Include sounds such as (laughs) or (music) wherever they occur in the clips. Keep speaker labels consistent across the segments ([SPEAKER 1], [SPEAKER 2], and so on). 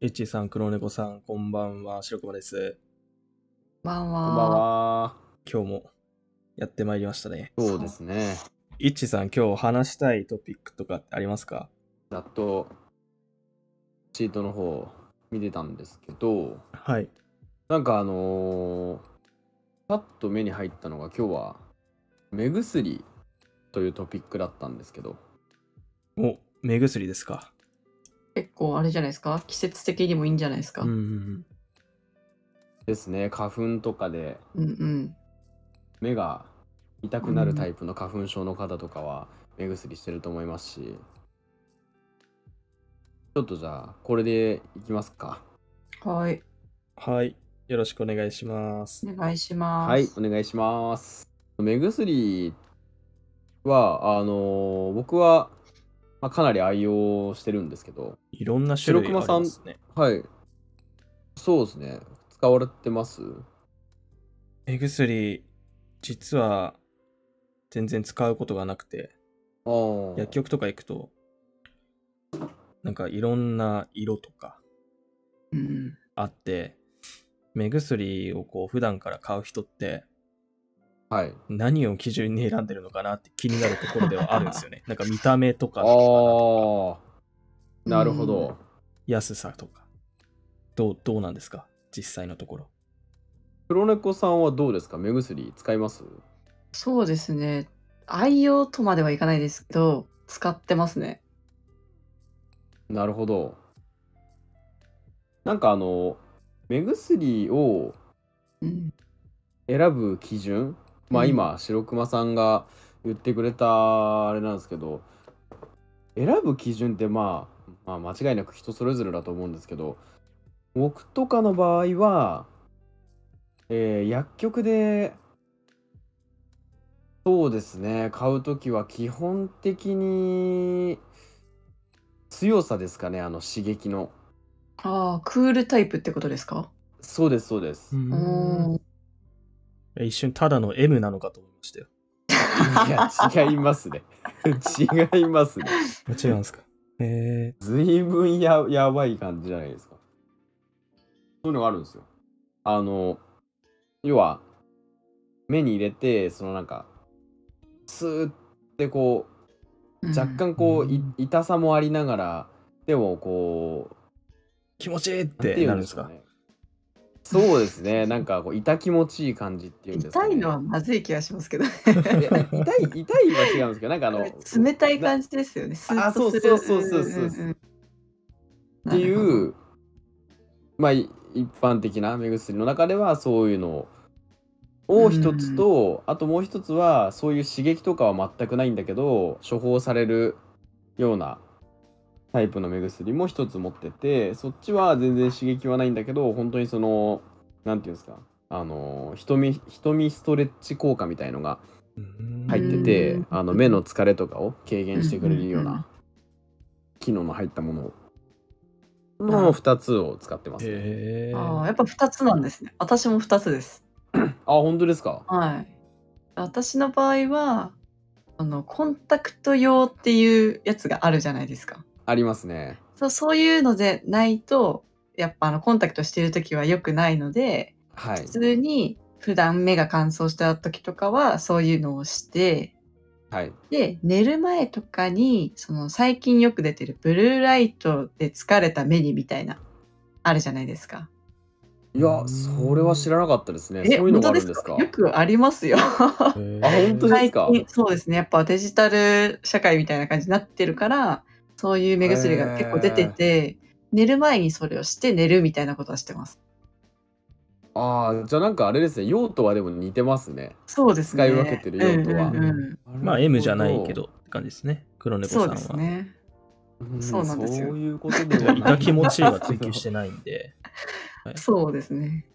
[SPEAKER 1] エッチさん、黒猫さん、こんばんは、白熊です。
[SPEAKER 2] こんばん
[SPEAKER 3] こ
[SPEAKER 2] は。
[SPEAKER 3] んばんは。
[SPEAKER 1] 今日もやってまいりましたね。
[SPEAKER 3] そうですね。
[SPEAKER 1] エッチさん、今日話したいトピックとかってありますか
[SPEAKER 3] ざっとシートの方見てたんですけど、
[SPEAKER 1] はい。
[SPEAKER 3] なんかあのーパッと目に入ったのが今日は目薬というトピックだったんですけど、
[SPEAKER 1] お、目薬ですか。
[SPEAKER 2] 結構あれじゃないですか季節的にもいいんじゃないですか、
[SPEAKER 1] うんうん
[SPEAKER 3] ですね、花粉とかで
[SPEAKER 2] うんうん。
[SPEAKER 3] 目が痛くなるタイプの花粉症の方とかは目薬してると思いますし、ちょっとじゃあこれでいきますか。
[SPEAKER 2] はい。
[SPEAKER 1] うん。はい。よろしくお願いします。
[SPEAKER 2] お願いします。
[SPEAKER 3] はい、お願いします。目薬は、あのー僕は、まあ、かなり愛用してるんですけど、
[SPEAKER 1] いろんな種類あり
[SPEAKER 3] 白熊さん
[SPEAKER 1] ますね。
[SPEAKER 3] はい。そうですね。使われてます
[SPEAKER 1] 目薬、実は全然使うことがなくて、
[SPEAKER 3] ああ。
[SPEAKER 1] 薬局とか行くと、なんかいろんな色とか
[SPEAKER 2] うん。
[SPEAKER 1] あって、目薬をこう普段から買う人って、
[SPEAKER 3] はい。
[SPEAKER 1] 何を基準に選んでるのかなって気になるところではあるんですよ
[SPEAKER 3] (laughs)
[SPEAKER 1] ね。なんか見た目と
[SPEAKER 3] あ
[SPEAKER 1] か
[SPEAKER 3] あー。なるほど。
[SPEAKER 1] 安さとか。どう、どうなんですか実際のところ。
[SPEAKER 3] 黒猫さんはどうですか目薬使います
[SPEAKER 2] そうですね。愛用とまではいかないですけど、使ってますね。
[SPEAKER 3] なるほど。なんかあの、目薬を
[SPEAKER 2] うん。
[SPEAKER 3] 選ぶ基準まあ
[SPEAKER 2] うん
[SPEAKER 3] 今、白熊さんが言ってくれたあれなんですけど選ぶ基準って、まあ、まあ間違いなく人それぞれだと思うんですけど僕とかの場合は、えー薬局でそうですね買う時は基本的に強さですかねあの刺激の
[SPEAKER 2] ああ、クールタイプってことですか
[SPEAKER 3] そうですそうです、
[SPEAKER 2] うーん。
[SPEAKER 1] 一瞬ただの M なのかと思いましたよ。
[SPEAKER 3] いや違いますね (laughs) 違いますね
[SPEAKER 1] 違うんですか。え
[SPEAKER 3] ずいぶんややばい感じじゃないですか。そういうのがあるんですよ。あの、要は、目に入れて、そのなんか、スーってこ
[SPEAKER 2] う
[SPEAKER 3] う、
[SPEAKER 2] ん
[SPEAKER 3] 若干こう、い
[SPEAKER 1] うん
[SPEAKER 3] 痛さもありながら、でもこう、
[SPEAKER 1] 気持ちいいっ
[SPEAKER 3] なん
[SPEAKER 1] て
[SPEAKER 3] い
[SPEAKER 1] なる
[SPEAKER 3] う
[SPEAKER 1] ん
[SPEAKER 3] ん
[SPEAKER 1] ですか
[SPEAKER 3] か。ね。そうですね、なんかこう、痛気持ちいい感じっていうんですか、
[SPEAKER 2] 痛
[SPEAKER 3] ね。
[SPEAKER 2] いのはまずい気がしますけどね。
[SPEAKER 3] いや (laughs) 痛い、痛いは違うんですけど、なんかあの、
[SPEAKER 2] (laughs) 冷たい感じですよね。スーッとする
[SPEAKER 3] あそうそうそうそうそうそうん
[SPEAKER 2] んん
[SPEAKER 3] ってい
[SPEAKER 2] なるほど
[SPEAKER 3] うまあい一般的な目薬の中ではそういうのを一つと、あともう一つはそういう刺激とかは全くないんだけど処方されるようなタイプの目薬も一つ持っててそっちは全然刺激はないんだけど本当にそのなんていうんですかあの瞳瞳ストレッチ効果みたいのが入って
[SPEAKER 2] う
[SPEAKER 3] て
[SPEAKER 2] ん
[SPEAKER 3] あの目の疲れとかを軽減してくれるよう
[SPEAKER 2] うんうんうん
[SPEAKER 3] な機能の入ったものをの2つを使ってます、
[SPEAKER 1] え
[SPEAKER 2] ああ、やっぱ2つなんですね。私も2つです。
[SPEAKER 3] あ本当ですか
[SPEAKER 2] はい。私の場合は、あの、コンタクト用っていうやつがあるじゃないですか。
[SPEAKER 3] ありますね
[SPEAKER 2] そうそういうのでないと、やっぱあのコンタクトしてる時は良くないので、
[SPEAKER 3] はい
[SPEAKER 2] 普通に普段目が乾燥した時とかはそういうのをして、
[SPEAKER 3] はい
[SPEAKER 2] で、寝る前とかに、その最近よく出てるブルーライトで疲れた目にみたいな、あるじゃないですか。
[SPEAKER 3] いやそれは知らなかったですね
[SPEAKER 2] え、
[SPEAKER 3] そういうのがあ
[SPEAKER 2] 本当
[SPEAKER 3] るんですか
[SPEAKER 2] よくありますよ。
[SPEAKER 1] あ
[SPEAKER 3] あ本当に
[SPEAKER 2] 最
[SPEAKER 3] か
[SPEAKER 2] 近そうですねやっぱデジタル社会みたいな感じになってるからそういう目薬が結構出てて寝る前にそれをして寝るみたいなことはしてます
[SPEAKER 3] あーじゃあなんかあれですね用途はでも似てますね
[SPEAKER 2] そうですね
[SPEAKER 3] 使い分けてる用途は
[SPEAKER 2] うんうんうん
[SPEAKER 1] まあ M じゃないけ、どって感じですね。黒猫さん
[SPEAKER 2] そ
[SPEAKER 1] は。
[SPEAKER 2] うですねそうなんですよ
[SPEAKER 3] そういうことで
[SPEAKER 1] (laughs) じゃあ
[SPEAKER 3] はない
[SPEAKER 1] 痛気持ちいいは追求してないんで。
[SPEAKER 2] そうですね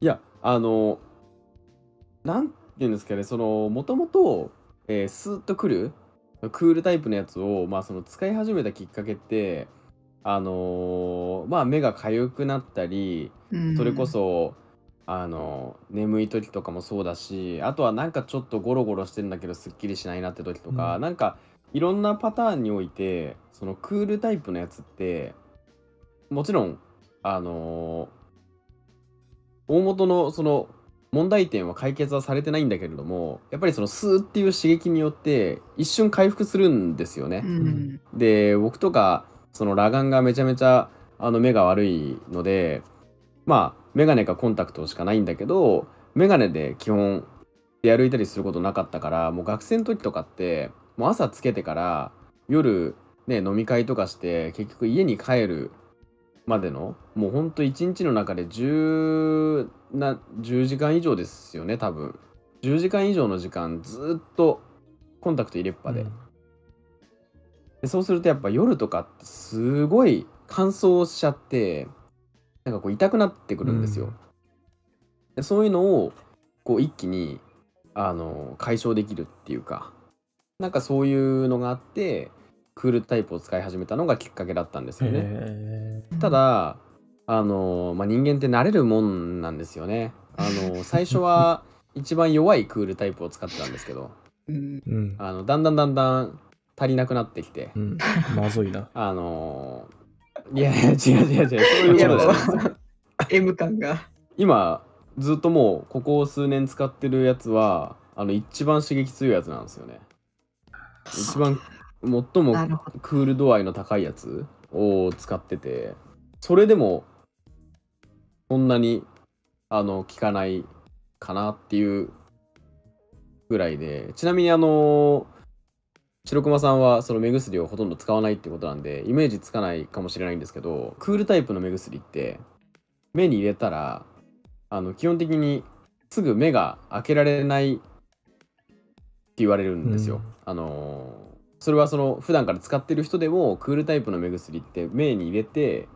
[SPEAKER 3] いやあのなんていうんですかねそのもともとスーッとくるクールタイプのやつを、まあ、その使い始めたきっかけってあのーまあ目が痒くなったり
[SPEAKER 2] うん
[SPEAKER 3] それこそ、あの眠い時とかもそうだしあとはなんかちょっとゴロゴロしてんだけどすっきりしないなって時とか、
[SPEAKER 1] うん
[SPEAKER 3] なんかいろんなパターンにおいてそのクールタイプのやつってもちろんあのー大元のその問題点は解決はされてないんだけれどもやっぱりそのスーっていう刺激によって一瞬回復するんですよね。
[SPEAKER 2] うん
[SPEAKER 3] で僕とかその裸眼がめちゃめちゃあの目が悪いのでまあ眼鏡かコンタクトしかないんだけど眼鏡で基本出歩いたりすることなかったからもう学生の時とかってもう朝つけてから夜、ね、飲み会とかして結局家に帰るまでのもうほんと一日の中で 10, な10時間以上ですよね多分10時間以上の時間ずーっとコンタクト入れっぱで、でそうするとやっぱ夜とかってすごい乾燥しちゃってなんかこう痛くなってくるんですよ、
[SPEAKER 1] うん
[SPEAKER 3] でそういうのをこう一気にあの解消できるっていうかなんかそういうのがあってクールタイプを使い始めたのがきっかけだったんですよね、
[SPEAKER 1] へ
[SPEAKER 3] た、だあの、まあ、人間って慣れるもんなんですよねあの最
[SPEAKER 1] (laughs)
[SPEAKER 3] 初は一番弱いクールタイプを使ってたんですけど
[SPEAKER 2] うん
[SPEAKER 1] ーうん。
[SPEAKER 3] あのだんだんだんだん足りなくなってきて
[SPEAKER 1] うん。まずいな。
[SPEAKER 3] あのーいやいや違う違う違うそういうことじゃないですよ
[SPEAKER 2] M 感が。
[SPEAKER 3] 今ずっともうここ数年使ってるやつはあの一番刺激強いやつなんですよね一番最も
[SPEAKER 2] なるほど。
[SPEAKER 3] クール度合いの高いやつを使っててそれでもそんなにあの効かないかなっていうぐらいでちなみにあの白熊さんはその目薬をほとんど使わないってことなんでイメージつかないかもしれないんですけどクールタイプの目薬って目に入れたらあの基本的にすぐ目が開けられないって言われるんですよ。
[SPEAKER 1] うん
[SPEAKER 3] あのそれはその普段から使ってる人でもクールタイプの目薬って目に入れて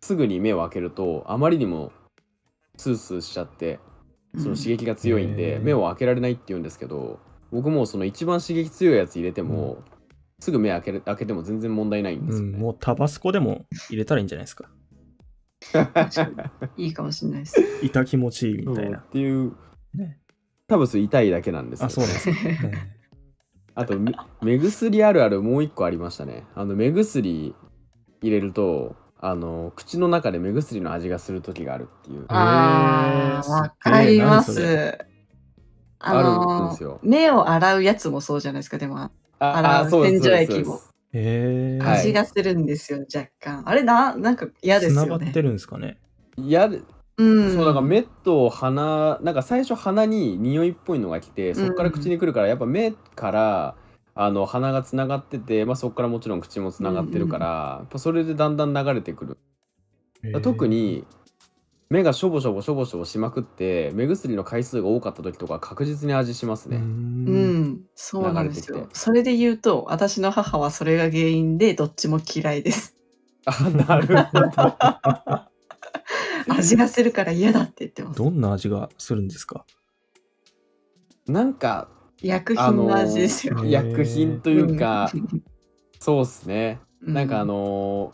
[SPEAKER 3] すぐに目を開けるとあまりにもスースーしちゃってその刺激が強いんで、
[SPEAKER 1] うん
[SPEAKER 3] 目を開けられないって言うんですけど僕もその一番刺激強いやつ入れても、すぐ目開ける開けても全然問題ないんで
[SPEAKER 1] う
[SPEAKER 3] すよ
[SPEAKER 1] ん。
[SPEAKER 3] ね。
[SPEAKER 1] もうタバスコでも入れたらいいんじゃないですか。
[SPEAKER 2] いいかもしれない
[SPEAKER 3] (laughs)
[SPEAKER 2] です。
[SPEAKER 1] 痛気持ちいいみたい
[SPEAKER 3] そうっ
[SPEAKER 1] な。
[SPEAKER 3] ていう
[SPEAKER 1] ね。
[SPEAKER 3] 多分それ痛いだけなんですよ
[SPEAKER 1] あ、そうなんですか。ね
[SPEAKER 3] あとめ目薬あるあるもう一個ありましたねあの目薬入れるとあの口の中で目薬の味がする時があるっていう
[SPEAKER 1] あ
[SPEAKER 2] あ
[SPEAKER 1] へ
[SPEAKER 2] あ、
[SPEAKER 1] ー
[SPEAKER 2] わかり
[SPEAKER 1] え
[SPEAKER 2] ま
[SPEAKER 1] ー何そ
[SPEAKER 2] す。あ
[SPEAKER 3] あるん
[SPEAKER 2] の
[SPEAKER 3] ですよ
[SPEAKER 2] 目を洗うやつもそうじゃないですか、でも洗う
[SPEAKER 3] そうです
[SPEAKER 2] 洗浄液
[SPEAKER 3] そうですそうです
[SPEAKER 1] へー。
[SPEAKER 3] はい
[SPEAKER 2] 味がするんですよ、若干。あれな、なんか嫌です
[SPEAKER 1] 繋
[SPEAKER 2] よ
[SPEAKER 1] がっ
[SPEAKER 2] ね。
[SPEAKER 1] てるんですかね。
[SPEAKER 3] いやで
[SPEAKER 2] うん、
[SPEAKER 3] そうだから目と鼻なんか最初鼻に匂いっぽいのが来てそこから口に来るから、やっぱ目からあの鼻がつながってて、まあ、そこからもちろん口もつながってるから、やっぱそれでだんだん流れてくる
[SPEAKER 1] へー
[SPEAKER 3] 特。に目がしょぼしょぼしょぼしょぼしまくって目薬の回数が多かった時とか確実に味します
[SPEAKER 1] う
[SPEAKER 3] ね、
[SPEAKER 1] ん
[SPEAKER 2] うん、そうなんです
[SPEAKER 3] 流れて
[SPEAKER 2] よ
[SPEAKER 3] き。て
[SPEAKER 2] それで言うと、私の母はそれが原因で、どっちも嫌い
[SPEAKER 3] (laughs)
[SPEAKER 2] です。
[SPEAKER 3] (laughs) あなるほど
[SPEAKER 2] 味がするから嫌だって言ってます。
[SPEAKER 1] どんな味がするんですか
[SPEAKER 3] なんか
[SPEAKER 2] 薬品の味ですよ。
[SPEAKER 1] あのー
[SPEAKER 3] 薬品というか、
[SPEAKER 2] うん
[SPEAKER 3] そうっすねなんかあ、の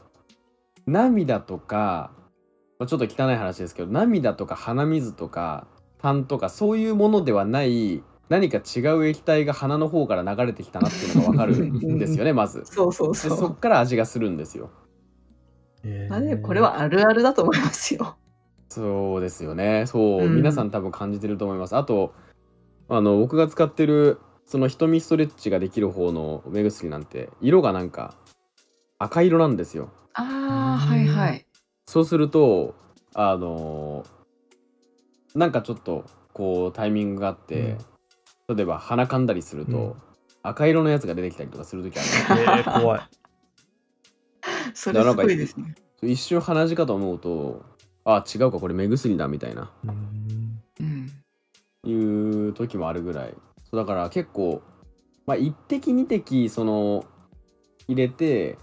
[SPEAKER 3] ー涙とかまあちょっと汚い話ですけど涙とか鼻水とか痰とかそういうものではない何か違う液体が鼻の方から流れてきたなっていうのが分かるんですよねまず。
[SPEAKER 2] そうそう
[SPEAKER 3] で
[SPEAKER 2] そ
[SPEAKER 3] そっ
[SPEAKER 2] う。
[SPEAKER 3] から味がするんですよ。
[SPEAKER 1] へー
[SPEAKER 2] あれこれはあるあるだと思いますよ。
[SPEAKER 3] そうですよねそう、
[SPEAKER 2] うん
[SPEAKER 3] 皆さん多分感じてると思います。あとあの僕が使ってるその瞳ストレッチができる方の目薬なんて色がなんか赤色なんですよ。
[SPEAKER 2] ああ、はいはい。
[SPEAKER 3] そうするとあのーなんかちょっとこうタイミングがあって、例えば鼻かんだりすると、
[SPEAKER 1] うん
[SPEAKER 3] 赤色のやつが出てきたりとかする時あ
[SPEAKER 1] え
[SPEAKER 3] る
[SPEAKER 1] ー (laughs) 怖い。
[SPEAKER 2] それすごいですね。
[SPEAKER 3] 一瞬鼻血かと思うとあ違うかこれ目薬だみたいな
[SPEAKER 1] うん
[SPEAKER 2] うん
[SPEAKER 3] いう時もあるぐらいそうだから結構、まあ、1滴2滴その入れて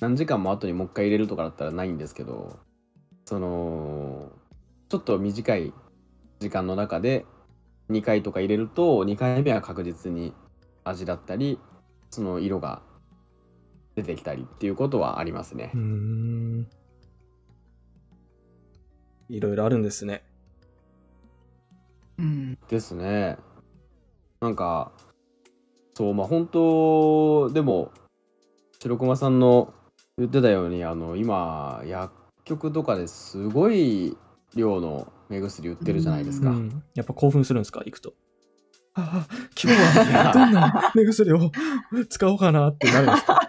[SPEAKER 3] 何時間も後にもう一回入れるとかだったらないんですけどそのちょっと短い時間の中で2回とか入れると2回目は確実に味だったりその色が出てきたりっていうことはありますね
[SPEAKER 1] うー。んいろいろあるんですね。
[SPEAKER 2] うん
[SPEAKER 3] ですね。なんか、そう、まあ本当、でも、白駒さんの言ってたように、あの、今、薬局とかですごい量の目薬売ってるじゃないです
[SPEAKER 1] う
[SPEAKER 3] か。
[SPEAKER 1] ん、やっぱ興奮するんですか行くと。ああ、今日 (laughs) はどんな目薬を使おうかなってなるんですか (laughs)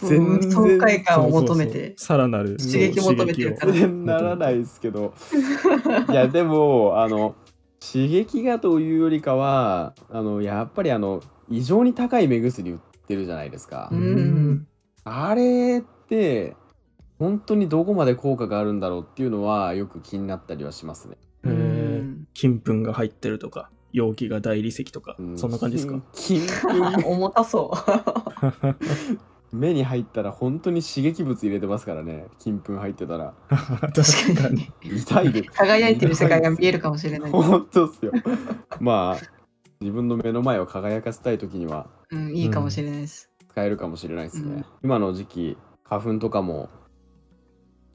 [SPEAKER 3] 全然
[SPEAKER 2] 爽快感を求めて
[SPEAKER 1] そうそうさらなる
[SPEAKER 3] 刺激
[SPEAKER 2] 求めて
[SPEAKER 1] そ
[SPEAKER 2] る
[SPEAKER 1] う刺激を
[SPEAKER 2] から
[SPEAKER 3] ならないですけどいやでもあの刺激がというよりかはあのやっぱりあの異常に高い目薬売ってるじゃないですか、
[SPEAKER 1] う
[SPEAKER 2] うん
[SPEAKER 1] ん。
[SPEAKER 3] あれって本当にどこまで効果があるんだろうっていうのはよく気になったりはしますね、
[SPEAKER 1] え
[SPEAKER 2] う
[SPEAKER 1] ー
[SPEAKER 2] ん
[SPEAKER 1] 金粉が入ってるとか、容器が大理石とか、
[SPEAKER 3] う
[SPEAKER 1] そんな感じですか
[SPEAKER 3] (laughs) 金
[SPEAKER 2] あ
[SPEAKER 3] 粉
[SPEAKER 2] 重たそう。
[SPEAKER 1] (laughs)
[SPEAKER 3] 目に入ったら本当に刺激物入れてますからね金粉入ってたら
[SPEAKER 1] 確か (laughs) に。
[SPEAKER 3] 痛い
[SPEAKER 2] (laughs)
[SPEAKER 3] で
[SPEAKER 2] 輝いてる世界が見えるかもしれない。
[SPEAKER 3] 本当っすよまあ自分の目の前を輝かせたい時には
[SPEAKER 2] うん、いいかもしれないです。
[SPEAKER 3] 使えるかもしれないですね、
[SPEAKER 2] うん
[SPEAKER 3] 今の時期花粉とかも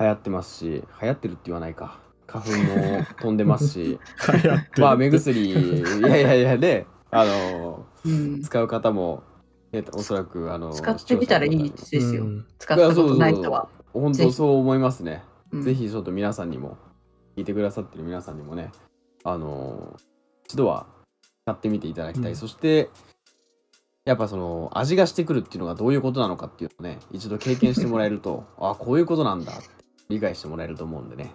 [SPEAKER 3] 流行ってますし流行ってるって言わないか花粉も飛んでます
[SPEAKER 1] 流
[SPEAKER 3] し
[SPEAKER 1] 行ってる
[SPEAKER 3] まあ
[SPEAKER 2] (laughs)
[SPEAKER 3] 目薬いやいやいやであの
[SPEAKER 2] うん、
[SPEAKER 3] 使う方も、えっとおそらくあの
[SPEAKER 2] 使ってみたらいい
[SPEAKER 3] 視聴者
[SPEAKER 2] です
[SPEAKER 3] の方にも
[SPEAKER 2] よ。
[SPEAKER 1] うん
[SPEAKER 2] 使ったことない人は。
[SPEAKER 3] 本
[SPEAKER 2] ぜ
[SPEAKER 3] 当
[SPEAKER 2] ひ
[SPEAKER 3] そう思いますね、
[SPEAKER 2] うん
[SPEAKER 3] ぜひちょっと皆さんにも聞いてくださってる皆さんにもねあの一度は使ってみていただきたい、
[SPEAKER 1] うん
[SPEAKER 3] そしてやっぱその味がしてくるっていうのがどういうことなのかっていうのをね一度経験してもらえると (laughs) あこういうことなんだって理解してもらえると思うんでね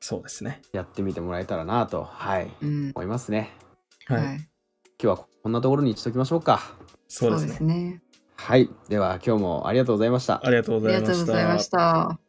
[SPEAKER 1] そうですね。
[SPEAKER 3] やってみてもらえたらなとはい
[SPEAKER 2] うん、
[SPEAKER 3] 思いますね
[SPEAKER 1] はい。
[SPEAKER 2] はい。
[SPEAKER 3] 今日はこんなところにしときましょうか
[SPEAKER 1] そ
[SPEAKER 2] そう
[SPEAKER 1] で
[SPEAKER 2] う
[SPEAKER 1] す
[SPEAKER 2] で
[SPEAKER 1] ね
[SPEAKER 2] すね。
[SPEAKER 3] はいでは今日もありがとうございました
[SPEAKER 1] ありがとうご
[SPEAKER 2] あり
[SPEAKER 1] ざい
[SPEAKER 2] が
[SPEAKER 1] ま
[SPEAKER 2] とう
[SPEAKER 1] し
[SPEAKER 2] ございま
[SPEAKER 1] た
[SPEAKER 2] し。た。